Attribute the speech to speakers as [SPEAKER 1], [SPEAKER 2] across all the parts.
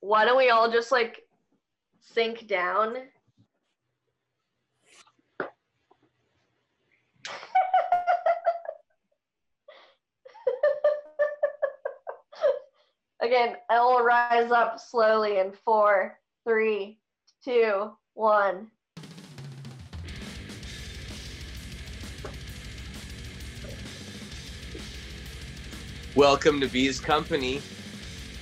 [SPEAKER 1] Why don't we all just like sink down? Again, I will rise up slowly in four, three, two, one.
[SPEAKER 2] Welcome to Bees Company,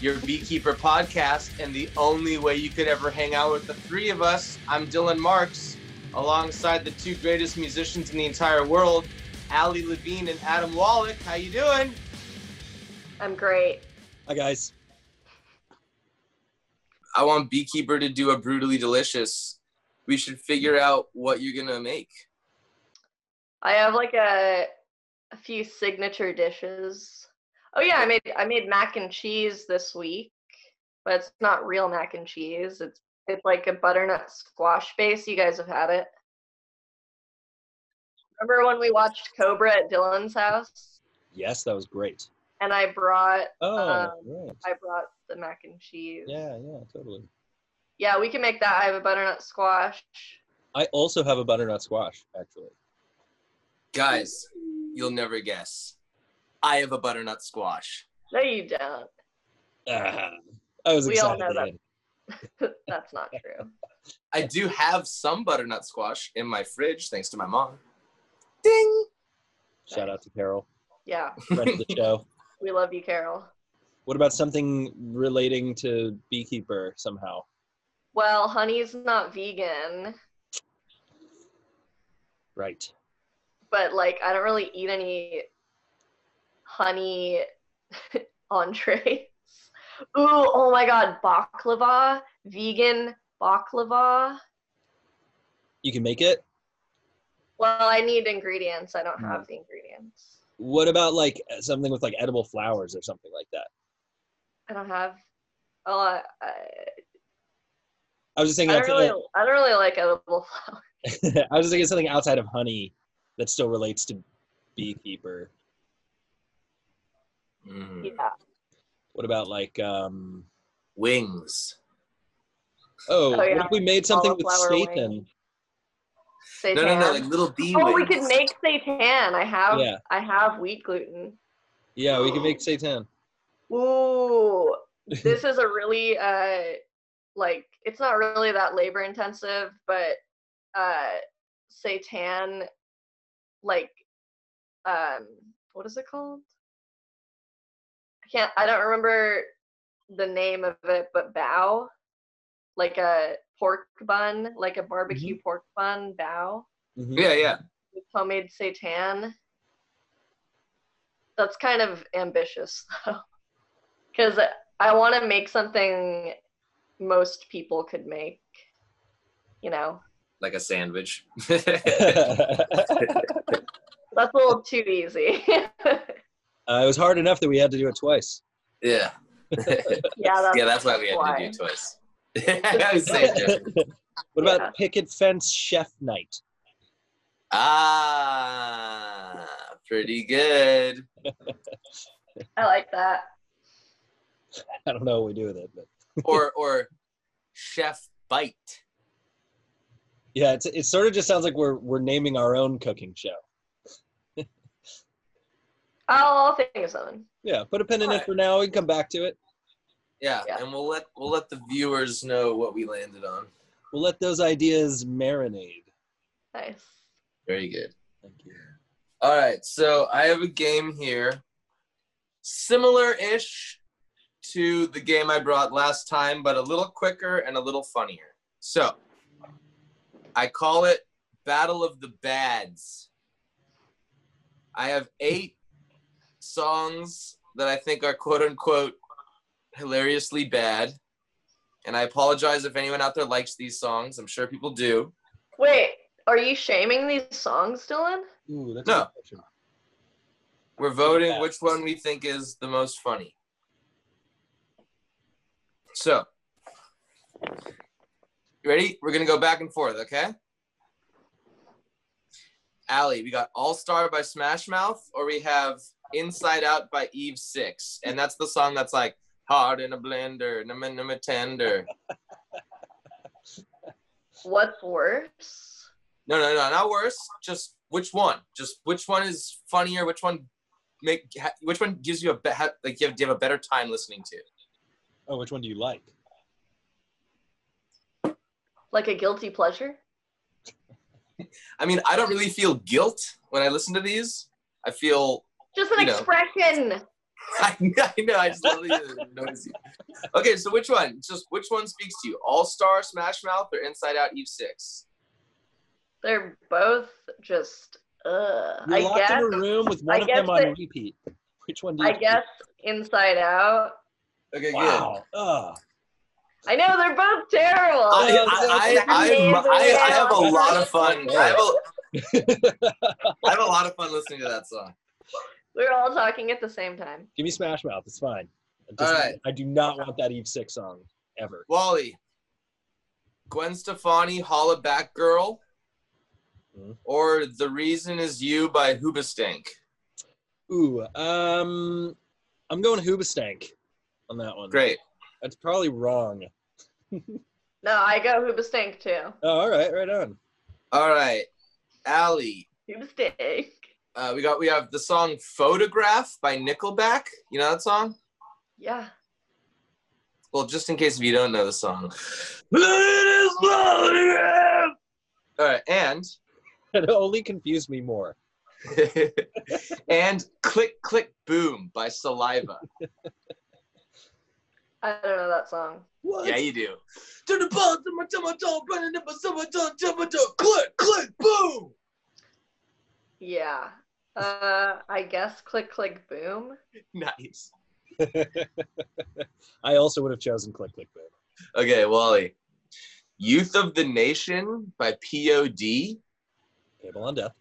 [SPEAKER 2] your beekeeper podcast, and the only way you could ever hang out with the three of us. I'm Dylan Marks, alongside the two greatest musicians in the entire world, Ali Levine and Adam Wallach. How you doing?
[SPEAKER 1] I'm great.
[SPEAKER 3] Hi guys.
[SPEAKER 2] I want Beekeeper to do a brutally delicious. We should figure out what you're gonna make.
[SPEAKER 1] I have like a a few signature dishes. Oh yeah, I made I made mac and cheese this week, but it's not real mac and cheese. It's it's like a butternut squash base. You guys have had it. Remember when we watched Cobra at Dylan's house,
[SPEAKER 3] Yes, that was great.
[SPEAKER 1] and I brought
[SPEAKER 3] Oh,
[SPEAKER 1] Um,
[SPEAKER 3] right.
[SPEAKER 1] I brought the mac and cheese.
[SPEAKER 3] Yeah, yeah, totally.
[SPEAKER 1] Yeah, we can make that. I have a butternut squash.
[SPEAKER 3] I also have a butternut squash, actually.
[SPEAKER 2] Guys, you'll never guess. I have a butternut squash.
[SPEAKER 1] No, you don't.
[SPEAKER 3] Ah, I was
[SPEAKER 1] We all
[SPEAKER 3] excited.
[SPEAKER 1] know
[SPEAKER 3] to
[SPEAKER 1] that.
[SPEAKER 3] hear it.
[SPEAKER 1] That's not true.
[SPEAKER 2] I do have some butternut squash in my fridge, thanks to my mom. Ding!
[SPEAKER 3] Shout out to Carol,
[SPEAKER 1] Yeah,
[SPEAKER 3] friend of the show.
[SPEAKER 1] we love you, Carol.
[SPEAKER 3] What about something relating to beekeeper somehow?
[SPEAKER 1] Well, honey's not vegan.
[SPEAKER 3] Right.
[SPEAKER 1] but like I don't really eat any honey entrees. Ooh, oh my god, baklava, vegan baklava.
[SPEAKER 3] You can make it.
[SPEAKER 1] Well, I need ingredients. I don't have the ingredients.
[SPEAKER 3] What about like eh, something with like edible flowers or something like that?
[SPEAKER 1] I don't have. Oh, I, I,
[SPEAKER 3] I was just
[SPEAKER 1] I
[SPEAKER 3] thinking.
[SPEAKER 1] don't
[SPEAKER 3] Outside,
[SPEAKER 1] really. I don't really like edible flowers.
[SPEAKER 3] I was just thinking something outside of honey that still relates to beekeeper.
[SPEAKER 2] Mm.
[SPEAKER 1] Yeah.
[SPEAKER 3] What about like um,
[SPEAKER 2] Wings.
[SPEAKER 3] Oh, what
[SPEAKER 1] yeah.
[SPEAKER 3] if we made something with
[SPEAKER 1] Cauliflower
[SPEAKER 3] Satan?
[SPEAKER 1] wings.
[SPEAKER 2] No,
[SPEAKER 1] Seitan.
[SPEAKER 2] no, no, like little bee
[SPEAKER 1] oh,
[SPEAKER 2] wings.
[SPEAKER 1] we could make seitan. I have.
[SPEAKER 3] Yeah.
[SPEAKER 1] I have wheat gluten.
[SPEAKER 3] Yeah, we can make Satan.
[SPEAKER 1] Ooh, this is a really uh like it's not really that labor intensive, but uh seitan like um what is it called? I can't I don't remember the name of it, but bao. Like a pork bun, like a barbecue pork bun bao
[SPEAKER 3] Mhm.
[SPEAKER 2] Yeah, yeah.
[SPEAKER 1] with homemade seitan. That's kind of ambitious though, because I want to make something most people could make. You know,
[SPEAKER 2] Like a sandwich.
[SPEAKER 1] that's a little too easy.
[SPEAKER 3] uh, it was hard enough that we had to do it twice.
[SPEAKER 2] yeah.
[SPEAKER 1] yeah, that's,
[SPEAKER 2] yeah, that's why we had
[SPEAKER 1] why.
[SPEAKER 2] to do it twice. I was saying, Jeff.
[SPEAKER 3] What about
[SPEAKER 1] Yeah.
[SPEAKER 3] picket fence chef night?
[SPEAKER 2] ah, pretty good.
[SPEAKER 1] I like that.
[SPEAKER 3] I don't know what we do with it, but
[SPEAKER 2] Or or chef bite.
[SPEAKER 3] yeah, it's, it sort of just sounds like we're we're naming our own cooking show.
[SPEAKER 1] I'll, I'll think of something.
[SPEAKER 3] Yeah, put a pin in
[SPEAKER 2] Alright.
[SPEAKER 3] it for now. We can come back to it.
[SPEAKER 2] Yeah,
[SPEAKER 1] Yeah.
[SPEAKER 2] and we'll let we'll let the viewers know what we landed on.
[SPEAKER 3] We'll let those ideas marinate.
[SPEAKER 1] Nice.
[SPEAKER 2] Very good.
[SPEAKER 3] Thank you.
[SPEAKER 2] All right, so I have a game here, similar-ish to the game I brought last time, but a little quicker and a little funnier. So I call it Battle of the Bads. I have eight songs that I think are quote unquote hilariously bad. And I apologize if anyone out there likes these songs. I'm sure people do.
[SPEAKER 1] Wait, are you shaming these songs, Dylan?
[SPEAKER 3] Ooh, that's
[SPEAKER 2] No.
[SPEAKER 3] a good question.
[SPEAKER 2] We're voting which one we think is the most funny. So, you ready? We're going to go back and forth, okay? Allie, we got All Star by Smash Mouth, or we have Inside Out by Eve Six. And that's the song that's like, hard in a blender, number number tender.
[SPEAKER 1] What's worse?
[SPEAKER 2] No, no, no, not worse. Just which one? Just which one is funnier? Which one make? ha- Which one gives you a be- ha- like? You have, do you have a better time listening to?
[SPEAKER 3] Oh, which one do you like?
[SPEAKER 1] Like a guilty pleasure?
[SPEAKER 2] I mean, I don't really feel guilt when I listen to these. I feel
[SPEAKER 1] Just an
[SPEAKER 2] You know.
[SPEAKER 1] expression.
[SPEAKER 2] I, know. I just literally noticed you. Okay, so which one? Just which one speaks to you? All Star, Smash Mouth, or Inside Out, Eve Six?
[SPEAKER 1] They're both just uh
[SPEAKER 3] You're
[SPEAKER 1] I
[SPEAKER 3] locked
[SPEAKER 1] guess
[SPEAKER 3] in a room with
[SPEAKER 1] I
[SPEAKER 3] one of
[SPEAKER 1] guess
[SPEAKER 3] them on
[SPEAKER 1] that-
[SPEAKER 3] repeat. Which one do you?
[SPEAKER 1] I guess inside out.
[SPEAKER 2] Okay, good.
[SPEAKER 3] Wow. Ugh.
[SPEAKER 1] I know they're both terrible.
[SPEAKER 2] I,
[SPEAKER 3] Oh,
[SPEAKER 2] I, I, I, I, I have a lot of fun. I have a, I have a lot of fun listening to that song.
[SPEAKER 1] We're all talking at the same time.
[SPEAKER 3] Give me Smash Mouth. It's fine. I
[SPEAKER 2] All
[SPEAKER 3] just-
[SPEAKER 2] right.
[SPEAKER 3] I do not want that Eve Six song ever.
[SPEAKER 2] Wally, Gwen Stefani, Holla Back Girl,
[SPEAKER 3] Mhm.
[SPEAKER 2] or The Reason Is You by Hoobastank?
[SPEAKER 3] Ooh. Um, I'm going Hoobastank on that one.
[SPEAKER 2] Great.
[SPEAKER 3] That's probably wrong.
[SPEAKER 1] No, I go Hoobastank too.
[SPEAKER 3] Oh, all right. Right on.
[SPEAKER 2] All right, Allie,
[SPEAKER 1] Hoobastank.
[SPEAKER 2] Uh, we got we have the song "Photograph" by Nickelback. You know that song?
[SPEAKER 1] Yeah.
[SPEAKER 2] Well, just in case if you don't know the song. Look at this photograph. All right, and
[SPEAKER 3] It only confused me more.
[SPEAKER 2] and "Click Click Boom" by Saliva.
[SPEAKER 1] I don't know that song.
[SPEAKER 3] What?
[SPEAKER 2] Yeah, you do. To the ball, to my to my toe, running up my summer toe, to my toe, click click boom.
[SPEAKER 1] Yeah. Uh I guess click click boom.
[SPEAKER 2] Nice.
[SPEAKER 3] I also would have chosen Click Click Boom.
[SPEAKER 2] Okay, Wally. "Youth of the Nation" by P.O.D.
[SPEAKER 3] Table on Death.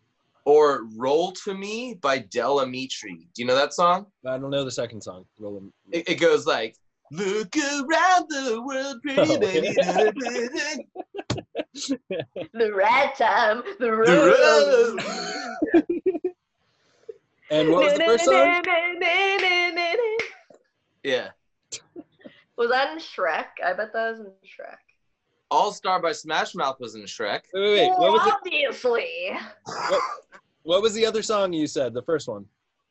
[SPEAKER 2] or "Roll to Me" by Del Amitri. Do you know that song?
[SPEAKER 3] I don't know the second song. Roll 'em.
[SPEAKER 2] It, it goes like, "Look around the world, pretty
[SPEAKER 3] Oh,
[SPEAKER 2] baby."
[SPEAKER 3] yeah.
[SPEAKER 1] The red time, the
[SPEAKER 2] The
[SPEAKER 1] road.
[SPEAKER 2] road.
[SPEAKER 3] And what was the first song?
[SPEAKER 2] yeah,
[SPEAKER 1] Was that in Shrek? I bet that was in Shrek.
[SPEAKER 2] "All Star" by Smash Mouth was in Shrek.
[SPEAKER 3] Wait, wait, wait. What was the,
[SPEAKER 1] Obviously.
[SPEAKER 3] what was the other song you said? The first one.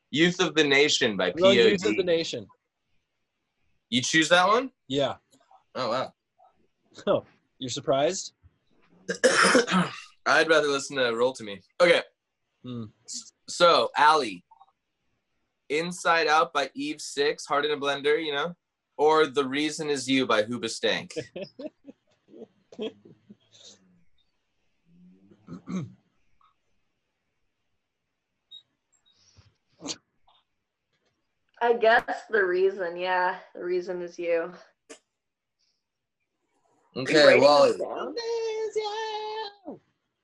[SPEAKER 2] "Youth of the Nation" by
[SPEAKER 3] Well, Youth of the
[SPEAKER 2] P.O.D.
[SPEAKER 3] Nation.
[SPEAKER 2] You choose that one?
[SPEAKER 3] Yeah.
[SPEAKER 2] Oh wow.
[SPEAKER 3] You're surprised?
[SPEAKER 2] I'd rather listen to "Roll to Me." Okay.
[SPEAKER 3] Hmm.
[SPEAKER 2] S- So, Allie, "Inside Out" by Eve Six, "Hard in a Blender," you know, or "The Reason Is You" by Hoobastank.
[SPEAKER 1] I guess the reason, yeah. The reason is you. You
[SPEAKER 2] Okay,
[SPEAKER 1] writing
[SPEAKER 2] Wally.
[SPEAKER 1] this down?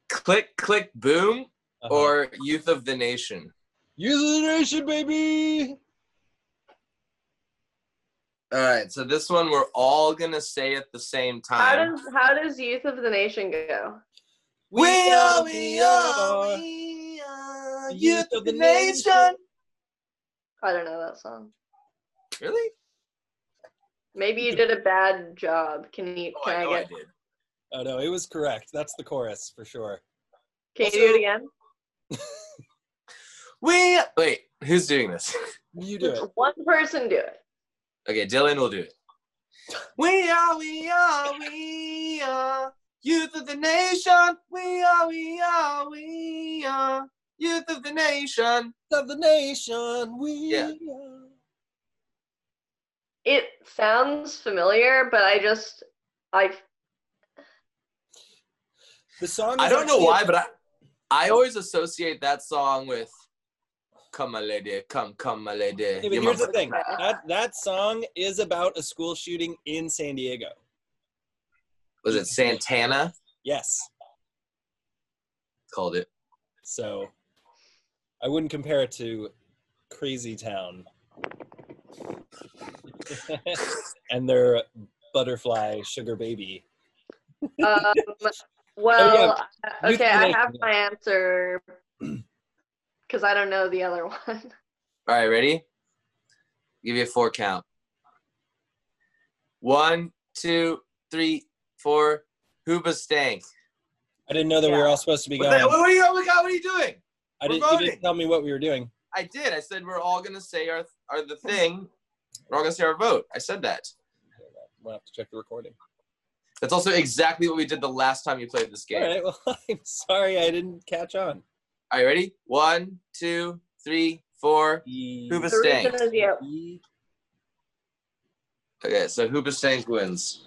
[SPEAKER 2] Click, click, boom,
[SPEAKER 3] Uh-huh.
[SPEAKER 2] or Youth of the Nation.
[SPEAKER 3] Youth of the Nation, baby.
[SPEAKER 2] All right, so this one we're all gonna say at the same
[SPEAKER 1] How
[SPEAKER 2] time.
[SPEAKER 1] does how does Youth of the Nation go?
[SPEAKER 2] we are
[SPEAKER 3] the youth of the nation.
[SPEAKER 1] I don't know that song.
[SPEAKER 2] Really?
[SPEAKER 1] Maybe you did a bad job. Can you
[SPEAKER 2] Oh,
[SPEAKER 1] can
[SPEAKER 2] I
[SPEAKER 1] I,
[SPEAKER 2] know I
[SPEAKER 1] get
[SPEAKER 2] did.
[SPEAKER 3] Oh no, it was correct. That's the chorus for sure.
[SPEAKER 1] can you do
[SPEAKER 3] Also-
[SPEAKER 1] it again?
[SPEAKER 2] We wait. Who's doing this?
[SPEAKER 3] You do it.
[SPEAKER 1] One person do it.
[SPEAKER 2] Okay, Dylan will do it. We are, we are, we are youth of the nation. We are, we are, we are youth of the nation.
[SPEAKER 3] Youth of the Nation, we.
[SPEAKER 2] Yeah.
[SPEAKER 3] are-
[SPEAKER 1] It sounds familiar, but I just I
[SPEAKER 3] The song.
[SPEAKER 2] I
[SPEAKER 3] is
[SPEAKER 2] don't know why,
[SPEAKER 3] actually-
[SPEAKER 2] but I, I always associate that song with "Come, my lady, come, come, my lady."
[SPEAKER 3] Yeah,
[SPEAKER 2] you're my
[SPEAKER 3] but here's the
[SPEAKER 2] best
[SPEAKER 3] thing.
[SPEAKER 2] friend."
[SPEAKER 3] That that song is about a school shooting in San Diego.
[SPEAKER 2] Was it Santana
[SPEAKER 3] Yes.
[SPEAKER 2] called it?
[SPEAKER 3] So I wouldn't compare it to Crazy Town and their butterfly sugar baby.
[SPEAKER 1] um well I- okay,
[SPEAKER 3] Youth of the
[SPEAKER 1] I
[SPEAKER 3] Nation,
[SPEAKER 1] have
[SPEAKER 3] yeah.
[SPEAKER 1] my answer because I don't know the other one.
[SPEAKER 2] All right, ready? Give you a four count. One, two, three, four. Hooba stank.
[SPEAKER 3] I didn't know that we were
[SPEAKER 1] Yeah.
[SPEAKER 3] all supposed to be
[SPEAKER 2] What,
[SPEAKER 3] going.
[SPEAKER 2] the, what, are you, oh what, are you doing?
[SPEAKER 3] I
[SPEAKER 2] we're
[SPEAKER 3] didn't. You
[SPEAKER 2] voting.
[SPEAKER 3] didn't tell me what we were doing.
[SPEAKER 2] I did. I said we're all gonna say our our the thing. We're all gonna say our vote. I said that.
[SPEAKER 3] We'll have to check the recording.
[SPEAKER 2] That's also exactly what we did the last time you played this game.
[SPEAKER 3] All right. Well, I'm sorry I didn't catch on.
[SPEAKER 2] All right, ready? One, two, three, four. Hooba
[SPEAKER 1] Three
[SPEAKER 2] stank.
[SPEAKER 1] says yep.
[SPEAKER 2] Okay, so Hooba stank wins.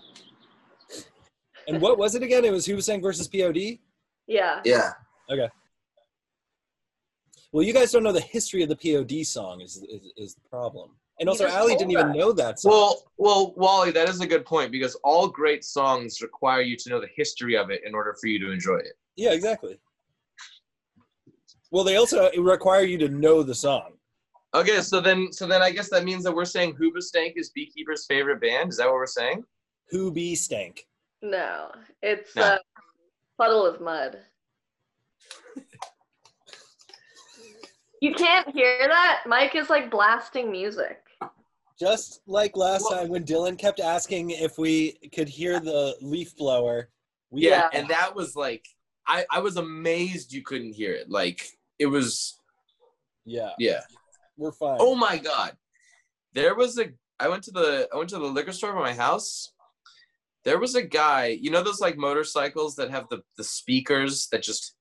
[SPEAKER 3] And what was it again? It was Hoobastank versus POD.
[SPEAKER 1] Yeah.
[SPEAKER 2] Yeah.
[SPEAKER 3] Well, you guys don't know the history of the POD song is is, is the problem. And
[SPEAKER 1] You
[SPEAKER 3] also,
[SPEAKER 1] just
[SPEAKER 3] Allie
[SPEAKER 1] told
[SPEAKER 3] didn't even
[SPEAKER 1] us.
[SPEAKER 3] know that song.
[SPEAKER 2] Well, well, Wally, that is a good point because all great songs require you to know the history of it in order for you to enjoy it.
[SPEAKER 3] yeah, exactly. Well, they also require you to know the song.
[SPEAKER 2] Okay, so then, so then, I guess that means that we're saying Hooba Stank is Beekeeper's favorite band. Is that what we're saying?
[SPEAKER 3] Who be stank?
[SPEAKER 1] No. It's
[SPEAKER 2] No.
[SPEAKER 1] Uh, puddle of mud. you can't hear that? Mike is like blasting music.
[SPEAKER 3] Just like last
[SPEAKER 2] Well-
[SPEAKER 3] time when Dylan kept asking if we could hear the leaf blower. We
[SPEAKER 2] Yeah,
[SPEAKER 1] Yeah.
[SPEAKER 2] and that was like, I, I was amazed you couldn't hear it. Like it was,
[SPEAKER 3] yeah,
[SPEAKER 2] yeah.
[SPEAKER 3] we're fine.
[SPEAKER 2] Oh my god, there was a. I went to the I went to the liquor store by my house. There was a guy, you know those like motorcycles that have the the speakers that just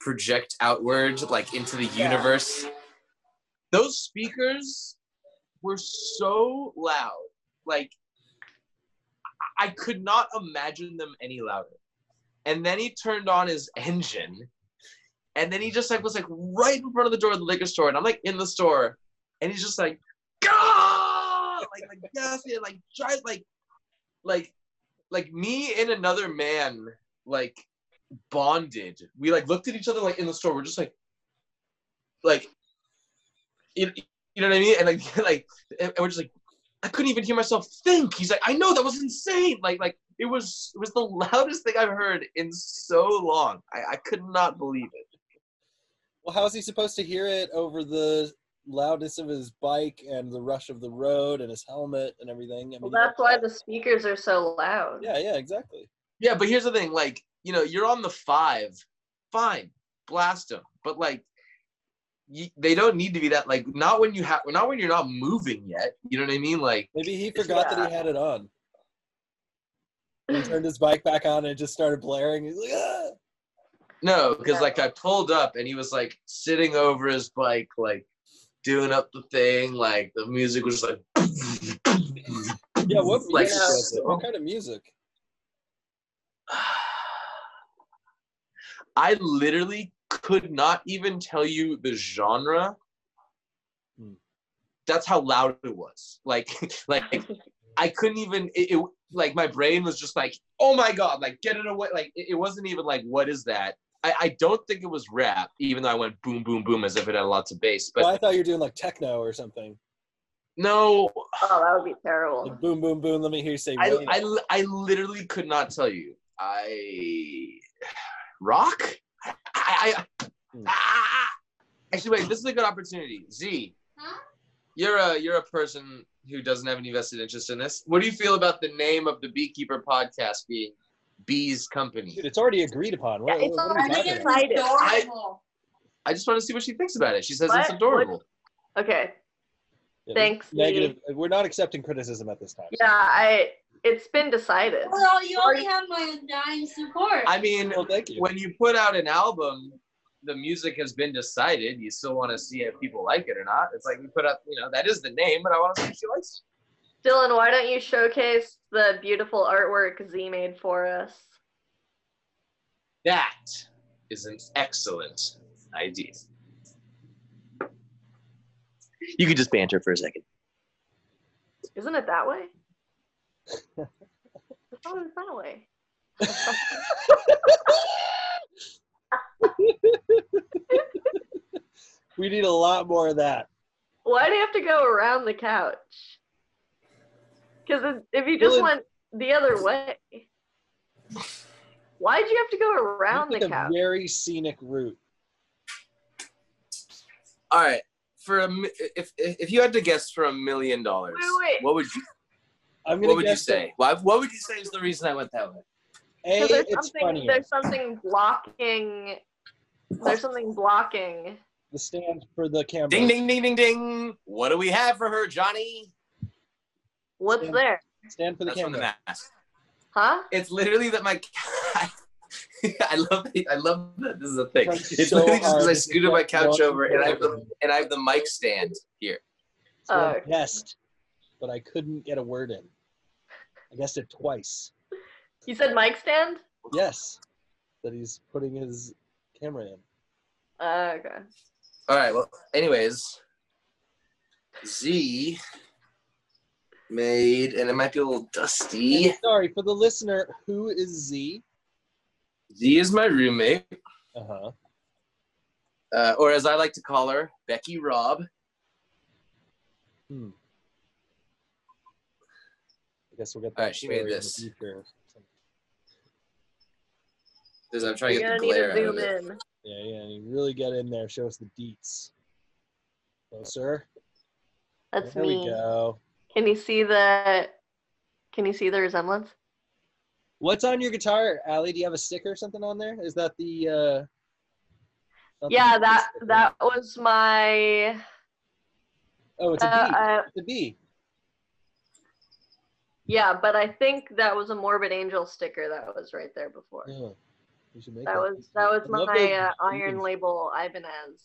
[SPEAKER 2] project outward like into the
[SPEAKER 1] Yeah.
[SPEAKER 2] universe. Those speakers were so loud, like I I could not imagine them any louder. And then he turned on his engine, and then he just like was like right in front of the door of the liquor store, and I'm like in the store, and he's just like, "Gah!" like like yes, yeah, like try like like like me and another man like bonded. We like looked at each other like in the store. We're just like like you, you know what I mean? And like like and we're just like I couldn't even hear myself think. He's like, I know that was insane. Like like it was it was the loudest thing I've heard in so long. I, I could not believe it.
[SPEAKER 3] Well, how is he supposed to hear it over the loudness of his bike and the rush of the road and his helmet and everything? I mean,
[SPEAKER 1] Well, that's why the speakers are so loud.
[SPEAKER 3] yeah, yeah, exactly.
[SPEAKER 2] Yeah, but here's the thing. Like you know, you're on the five. Fine, blast them. But like. You, they don't need to be that like not when you have not when you're not moving yet you know what i mean like
[SPEAKER 3] Maybe he forgot that he had it on. He turned his bike back on and it just started blaring. He's like, ah!
[SPEAKER 2] No, because
[SPEAKER 1] Yeah.
[SPEAKER 2] like I pulled up and he was like sitting over his bike, like doing up the thing, like the music was like
[SPEAKER 3] Yeah, what
[SPEAKER 2] Like,
[SPEAKER 3] music was it?
[SPEAKER 2] so-
[SPEAKER 3] What kind of music?
[SPEAKER 2] I literally could not even tell you the genre.
[SPEAKER 3] Hmm.
[SPEAKER 2] That's how loud it was. Like like I couldn't even it, it like my brain was just like, oh my god, like get it away. Like it, it wasn't even like what is that? I, I don't think it was rap, even though I went boom boom boom as if it had lots of bass. But
[SPEAKER 3] well, Oh, I thought you were doing like techno or something.
[SPEAKER 2] no,
[SPEAKER 1] Oh, that would be terrible.
[SPEAKER 3] Like, boom, boom, boom. Let me hear you say.
[SPEAKER 2] I,
[SPEAKER 3] Rain.
[SPEAKER 2] I, li- I literally could not tell you. I rock. I, I, I-
[SPEAKER 3] Hmm.
[SPEAKER 2] ah! actually wait. This is a good opportunity. Z,
[SPEAKER 1] Huh?
[SPEAKER 2] you're a you're a person who doesn't have any vested interest in this. What do you feel about the name of the Beekeeper podcast being Bees Company?
[SPEAKER 3] Dude, it's already agreed upon. What,
[SPEAKER 1] Yeah, it's
[SPEAKER 3] what are we
[SPEAKER 1] already
[SPEAKER 3] talking about?
[SPEAKER 1] decided.
[SPEAKER 2] I just want to see what she thinks about it. She says it's
[SPEAKER 1] What?
[SPEAKER 2] adorable.
[SPEAKER 1] Okay.
[SPEAKER 3] Yeah,
[SPEAKER 1] Thanks,
[SPEAKER 3] Negative. We're not accepting criticism at this time.
[SPEAKER 1] Yeah, I. It's been decided.
[SPEAKER 4] Well, you only have my nine support.
[SPEAKER 2] I mean,
[SPEAKER 3] Well, thank you.
[SPEAKER 2] when you put out an album, the music has been decided. You still want to see if people like it or not. It's like we put up, you know, that is the name, but I want to see if she likes it.
[SPEAKER 1] Dylan, why don't you showcase the beautiful artwork Z made for us?
[SPEAKER 2] That is an excellent idea. You could just banter for a second.
[SPEAKER 1] Isn't it that way? I thought it was that way.
[SPEAKER 3] We need a lot more of that.
[SPEAKER 1] Why do you have to go around the couch? Because if you just
[SPEAKER 3] Dylan-
[SPEAKER 1] went the other way, why'd you have to go around
[SPEAKER 3] We
[SPEAKER 1] the
[SPEAKER 3] took a
[SPEAKER 1] couch?
[SPEAKER 3] very scenic route.
[SPEAKER 2] All right. For a, mi- if if you had to guess for a million dollars,
[SPEAKER 1] Wait, wait.
[SPEAKER 2] what would you?
[SPEAKER 3] I'm gonna
[SPEAKER 2] What would you
[SPEAKER 3] guess
[SPEAKER 2] say? Why, what would you say is the reason I went that way?
[SPEAKER 3] A,
[SPEAKER 1] Because there's
[SPEAKER 3] it's
[SPEAKER 1] something
[SPEAKER 3] funnier.
[SPEAKER 1] there's something blocking there's something blocking.
[SPEAKER 3] The stand for the camera.
[SPEAKER 2] Ding, ding, ding, ding, ding. What do we have for her, Johnny?
[SPEAKER 1] What's
[SPEAKER 3] Yeah.
[SPEAKER 1] there?
[SPEAKER 3] Stand for the
[SPEAKER 2] That's from
[SPEAKER 3] camera.
[SPEAKER 2] the mask.
[SPEAKER 1] Huh?
[SPEAKER 2] It's literally that my cat. I love it. I love that this is a thing.
[SPEAKER 3] Trying
[SPEAKER 2] It's
[SPEAKER 3] so
[SPEAKER 2] literally just because
[SPEAKER 3] hard
[SPEAKER 2] I
[SPEAKER 3] to
[SPEAKER 2] scooted my
[SPEAKER 3] get
[SPEAKER 2] couch
[SPEAKER 3] one
[SPEAKER 2] over and I have the
[SPEAKER 3] word.
[SPEAKER 2] and I have the mic stand here.
[SPEAKER 3] It's my
[SPEAKER 1] Oh.
[SPEAKER 3] best, but I couldn't get a word in. I guessed it twice.
[SPEAKER 1] You said mic stand?
[SPEAKER 3] Yes, that he's putting his camera in.
[SPEAKER 1] Uh, okay.
[SPEAKER 2] All right. Well, anyways, Z made, and it might be a little dusty.
[SPEAKER 3] And sorry for the listener. Who is Z?
[SPEAKER 2] Z is my roommate,
[SPEAKER 3] Uh huh.
[SPEAKER 2] uh, or as I like to call her, Becky Rob.
[SPEAKER 3] Hmm. I guess we'll get that.
[SPEAKER 2] Alright, she made
[SPEAKER 3] story in the
[SPEAKER 2] this.
[SPEAKER 3] future.
[SPEAKER 2] Because I'm trying to
[SPEAKER 1] You're
[SPEAKER 2] get the
[SPEAKER 1] gonna need
[SPEAKER 2] glare
[SPEAKER 1] to
[SPEAKER 2] out of
[SPEAKER 1] zoom
[SPEAKER 2] it.
[SPEAKER 1] in.
[SPEAKER 3] Yeah, yeah. You really get in there. Show us the deets. Closer.
[SPEAKER 1] That's
[SPEAKER 3] there we
[SPEAKER 1] me.
[SPEAKER 3] go.
[SPEAKER 1] Can you see the can you see the resemblance?
[SPEAKER 3] What's on your guitar, Allie? Do you have a sticker or something on there? Is that the? uh not the
[SPEAKER 1] Yeah,
[SPEAKER 3] Beatles
[SPEAKER 1] that
[SPEAKER 3] sticker?
[SPEAKER 1] that was my
[SPEAKER 3] Oh, it's
[SPEAKER 1] uh,
[SPEAKER 3] a B.
[SPEAKER 1] uh,
[SPEAKER 3] it's a B.
[SPEAKER 1] yeah, but I think that was a Morbid Angel sticker that was right there before.
[SPEAKER 3] Yeah. You should make
[SPEAKER 1] That was that was my uh, iron label Ibanez.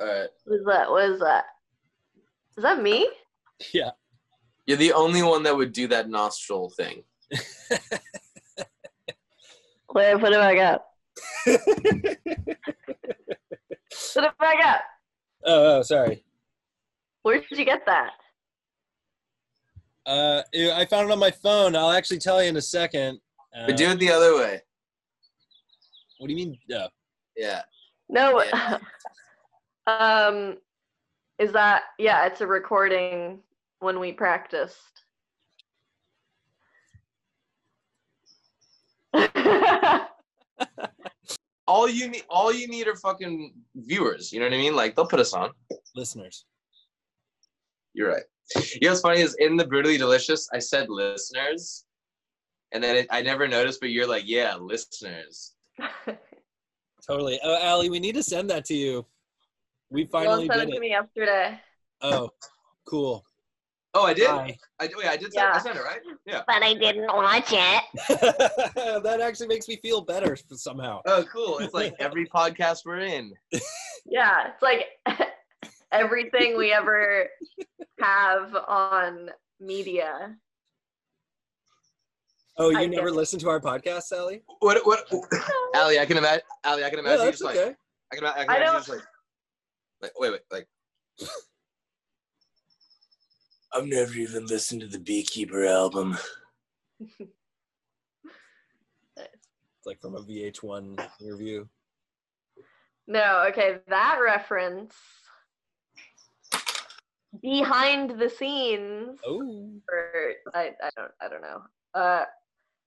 [SPEAKER 2] All right.
[SPEAKER 1] Was that was that is that me?
[SPEAKER 3] Yeah.
[SPEAKER 2] You're the only one that would do that nostril thing.
[SPEAKER 1] Wait, put it back up. put it back up.
[SPEAKER 3] Oh, oh, sorry.
[SPEAKER 1] Where did you get that?
[SPEAKER 3] Uh, ew, I found it on my phone. I'll actually tell you in a second. Uh,
[SPEAKER 2] But do it the other way.
[SPEAKER 3] What do you mean? Uh,
[SPEAKER 2] Yeah.
[SPEAKER 1] No.
[SPEAKER 2] Yeah.
[SPEAKER 1] um, is that yeah? It's a recording when we practiced.
[SPEAKER 2] All you need, all you need are fucking viewers. You know what I mean? Like they'll put us on.
[SPEAKER 3] listeners.
[SPEAKER 2] You're right. You know what's funny is in the brutally delicious, I said listeners, and then it, I never noticed, but you're like, yeah, listeners.
[SPEAKER 3] Totally. Oh, Allie, we need to send that to you. We finally
[SPEAKER 1] Dylan sent it
[SPEAKER 3] did
[SPEAKER 1] to
[SPEAKER 3] it.
[SPEAKER 1] me yesterday.
[SPEAKER 3] Oh, cool.
[SPEAKER 2] Oh, I did.
[SPEAKER 3] Hi.
[SPEAKER 2] I wait, I did. Send, I
[SPEAKER 1] Yeah.
[SPEAKER 2] sent it right. Yeah.
[SPEAKER 1] But I didn't watch it.
[SPEAKER 3] that actually makes me feel better f- somehow.
[SPEAKER 2] Oh, cool. It's like every podcast we're in.
[SPEAKER 1] Yeah, it's like everything we ever have on media.
[SPEAKER 3] Oh,
[SPEAKER 1] I
[SPEAKER 3] you
[SPEAKER 1] get
[SPEAKER 3] never
[SPEAKER 1] it.
[SPEAKER 3] listen to our podcast, Sally?
[SPEAKER 2] What? What? Ali, I can imagine. Ali, I can
[SPEAKER 3] No,
[SPEAKER 2] imagine. you
[SPEAKER 3] that's
[SPEAKER 2] just like,
[SPEAKER 3] okay.
[SPEAKER 2] I can, ima- I can
[SPEAKER 1] I
[SPEAKER 2] imagine.
[SPEAKER 1] don't-
[SPEAKER 2] you just like, like, wait, wait, like. I've never even listened to the Beekeeper album.
[SPEAKER 3] It's like from a VH1 interview.
[SPEAKER 1] No, okay, that reference behind the scenes.
[SPEAKER 3] Oh,
[SPEAKER 1] or I, I don't I don't know. Uh,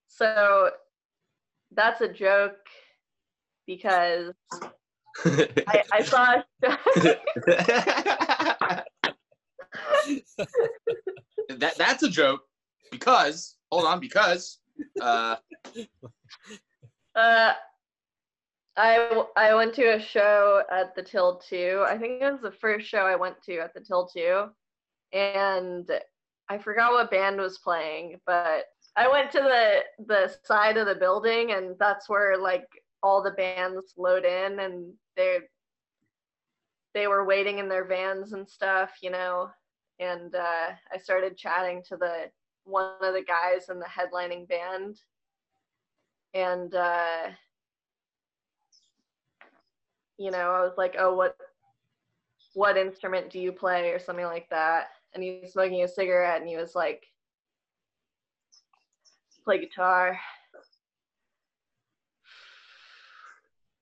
[SPEAKER 1] so that's a joke because I, I saw
[SPEAKER 2] that that's a joke because hold on because uh
[SPEAKER 1] uh, I w- I went to a show at the Till Two. I think it was the first show I went to at the Till Two, and I forgot what band was playing, but I went to the the side of the building, and that's where like all the bands load in, and they they were waiting in their vans and stuff, you know. And uh, I started chatting to the one of the guys in the headlining band, and uh, you know, I was like, "Oh, what what instrument do you play?" or something like that. And he was smoking a cigarette, and he was like, "Play guitar."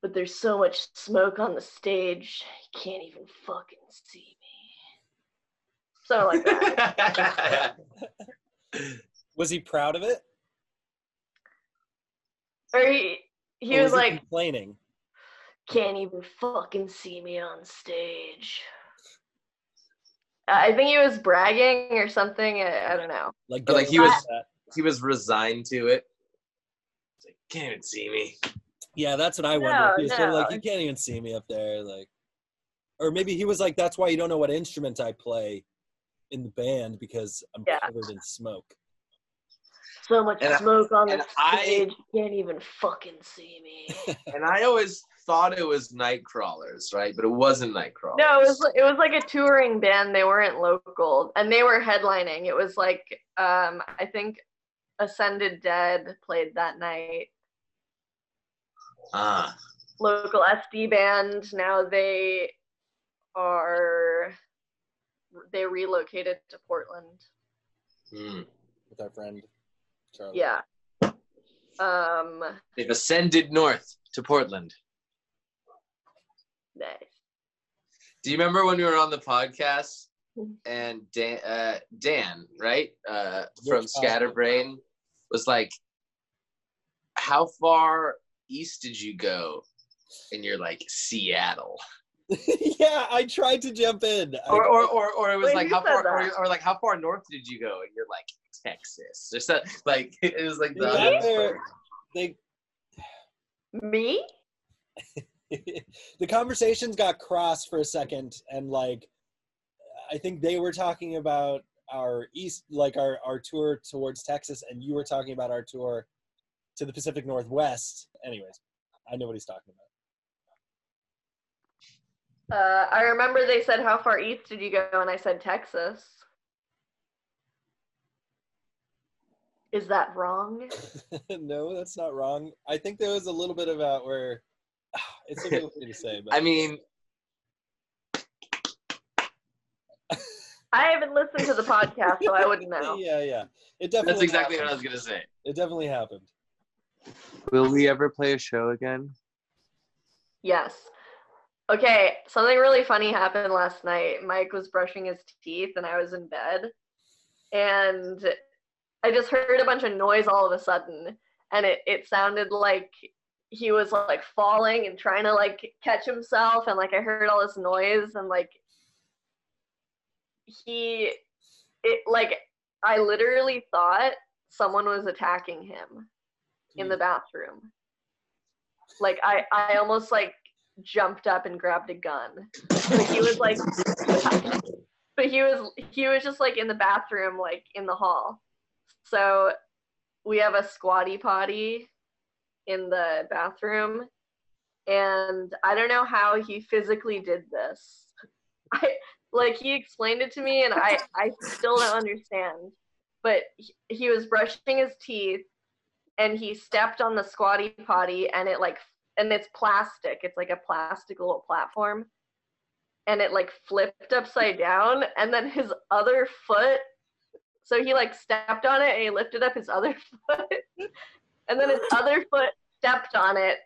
[SPEAKER 1] But there's so much smoke on the stage, you can't even fucking see me. So like that.
[SPEAKER 3] was he proud of it?
[SPEAKER 1] Or he he
[SPEAKER 3] Or
[SPEAKER 1] was like,
[SPEAKER 3] complaining.
[SPEAKER 1] can't even fucking see me on stage. I think he was bragging or something. I, I don't know.
[SPEAKER 3] Like,
[SPEAKER 2] But, like,
[SPEAKER 3] going
[SPEAKER 2] he was-
[SPEAKER 3] that.
[SPEAKER 2] He was resigned to it. He's like, can't even see me.
[SPEAKER 3] Yeah, that's what I wonder.
[SPEAKER 1] No,
[SPEAKER 3] he was sort of like,
[SPEAKER 1] no.
[SPEAKER 3] you can't even see me up there, like, or maybe he was like, that's why you don't know what instrument I play in the band because I'm
[SPEAKER 1] Yeah.
[SPEAKER 3] covered in smoke.
[SPEAKER 1] So much
[SPEAKER 2] And I-
[SPEAKER 1] smoke on the
[SPEAKER 2] and I-
[SPEAKER 1] stage, can't even fucking see me.
[SPEAKER 2] And I always thought it was Nightcrawlers, right? But it wasn't Nightcrawlers.
[SPEAKER 1] no, it was it was like a touring band. They weren't local, and they were headlining. It was like um, I think Ascended Dead played that night.
[SPEAKER 2] Ah,
[SPEAKER 1] Local SD band. Now they are they relocated to Portland.
[SPEAKER 2] hmm.
[SPEAKER 3] With our friend Charlie.
[SPEAKER 1] Yeah. Um.
[SPEAKER 2] They've ascended north to Portland.
[SPEAKER 1] Nice.
[SPEAKER 2] Do you remember when we were on the podcast and Dan, uh, Dan right uh, from
[SPEAKER 3] Rich Foster.
[SPEAKER 2] Scatterbrain was like, "How far east did you go?" And you're like Seattle,
[SPEAKER 3] yeah, I tried to jump in. I-
[SPEAKER 2] or or or, or it was
[SPEAKER 1] Wait,
[SPEAKER 2] like
[SPEAKER 1] who
[SPEAKER 2] how
[SPEAKER 1] said
[SPEAKER 2] far, or,
[SPEAKER 1] that?
[SPEAKER 2] or like how far north did you go? And you're like Texas, or so, like it was like the
[SPEAKER 3] Yeah,
[SPEAKER 2] other
[SPEAKER 3] there-
[SPEAKER 2] part.
[SPEAKER 3] they,
[SPEAKER 1] Me?
[SPEAKER 3] the conversations got crossed for a second, and like, I think they were talking about our east, like our our tour towards Texas, and you were talking about our tour to the Pacific Northwest. Anyways, I know what he's talking about.
[SPEAKER 1] Uh, I remember they said, "How far east did you go?" And I said, "Texas." Is that wrong?
[SPEAKER 3] no, that's not wrong. I think there was a little bit about where it's so difficult for me to say, but
[SPEAKER 2] I mean,
[SPEAKER 1] I haven't listened to the podcast, so I wouldn't know.
[SPEAKER 3] yeah, yeah, it definitely.
[SPEAKER 2] that's exactly what I was
[SPEAKER 3] happened.
[SPEAKER 2] gonna say.
[SPEAKER 3] It definitely happened.
[SPEAKER 5] Will we ever play a show again?
[SPEAKER 1] Yes. Okay, something really funny happened last night. Mike was brushing his teeth, and I was in bed, and I just heard a bunch of noise all of a sudden, and it it sounded like he was like falling and trying to like catch himself, and like I heard all this noise, and like he, it like I literally thought someone was attacking him in the bathroom. Like I, I almost like jumped up and grabbed a gun. But he was like, but he was he was just like in the bathroom, like in the hall. So we have a squatty potty in the bathroom, and I don't know how he physically did this. I like he explained it to me, and I I still don't understand. But he, he was brushing his teeth and he stepped on the squatty potty and it like and it's plastic it's like a plastic little platform and it like flipped upside down and then his other foot so he like stepped on it and he lifted up his other foot and then his other foot stepped on it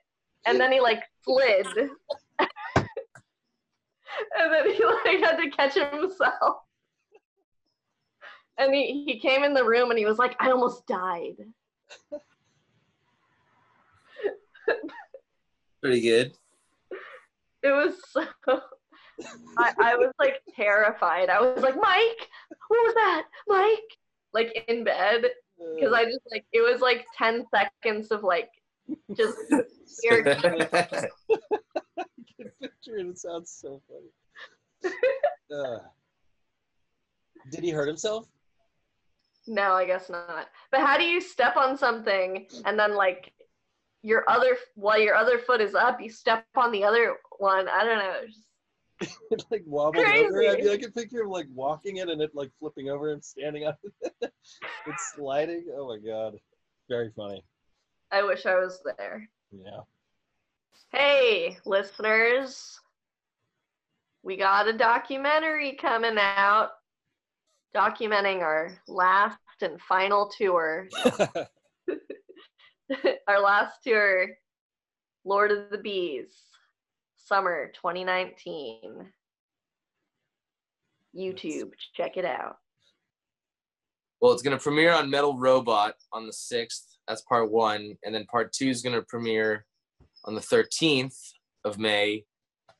[SPEAKER 1] and then he like slid and then he like had to catch himself and he, he came in the room and he was like i almost died
[SPEAKER 2] Pretty good.
[SPEAKER 1] It was so. I, I was like terrified. I was like, Mike, what was that, Mike? Like in bed, because I just like it was like ten seconds of like just scared.
[SPEAKER 3] can picture Uh, it. It sounds so funny. Ugh. Did he hurt himself?
[SPEAKER 1] No, I guess not. But how do you step on something and then like your other while your other foot is up, you step on the other one? I don't know. It's just-
[SPEAKER 3] It like wobbled over. I
[SPEAKER 1] Crazy.
[SPEAKER 3] mean, I can picture him like walking it and it like flipping over him, standing up. it's sliding. Oh my god, very funny.
[SPEAKER 1] I wish I was there.
[SPEAKER 3] Yeah.
[SPEAKER 1] Hey, listeners, we got a documentary coming out documenting our last and final tour. our last tour, Lord of the Bees, summer 2019. YouTube, check it out.
[SPEAKER 2] Well, it's going to premiere on Metal Robot on the 6th. That's part one. And then part two is going to premiere on the 13th of May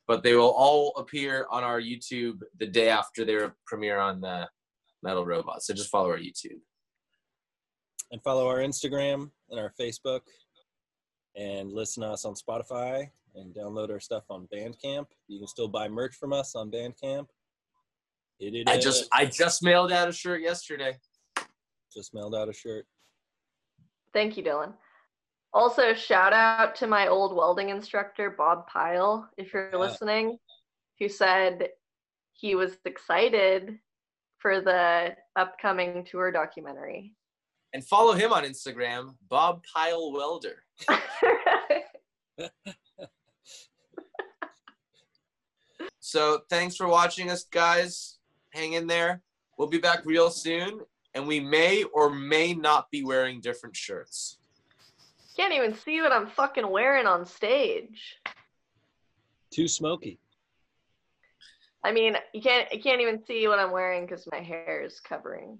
[SPEAKER 2] but they will all appear on our YouTube the day after their premiere on uh, Metal Robot. So just follow our YouTube.
[SPEAKER 3] and follow our Instagram and our Facebook, and listen to us on Spotify and download our stuff on Bandcamp. You can still buy merch from us on Bandcamp. It, it,
[SPEAKER 2] I
[SPEAKER 3] uh,
[SPEAKER 2] just I just mailed out a shirt yesterday.
[SPEAKER 3] just mailed out a shirt.
[SPEAKER 1] Thank you, Dylan. Also, shout out to my old welding instructor, Bob Pyle, if you're
[SPEAKER 3] Yeah.
[SPEAKER 1] listening, who said he was excited for the upcoming tour documentary.
[SPEAKER 2] And follow him on Instagram, Bob Pyle Welder. So thanks for watching us, guys. Hang in there. We'll be back real soon, and we may or may not be wearing different shirts.
[SPEAKER 1] Can't even see what I'm fucking wearing on stage.
[SPEAKER 3] Too smoky.
[SPEAKER 1] I mean, you can't you can't even see what I'm wearing because my hair is covering.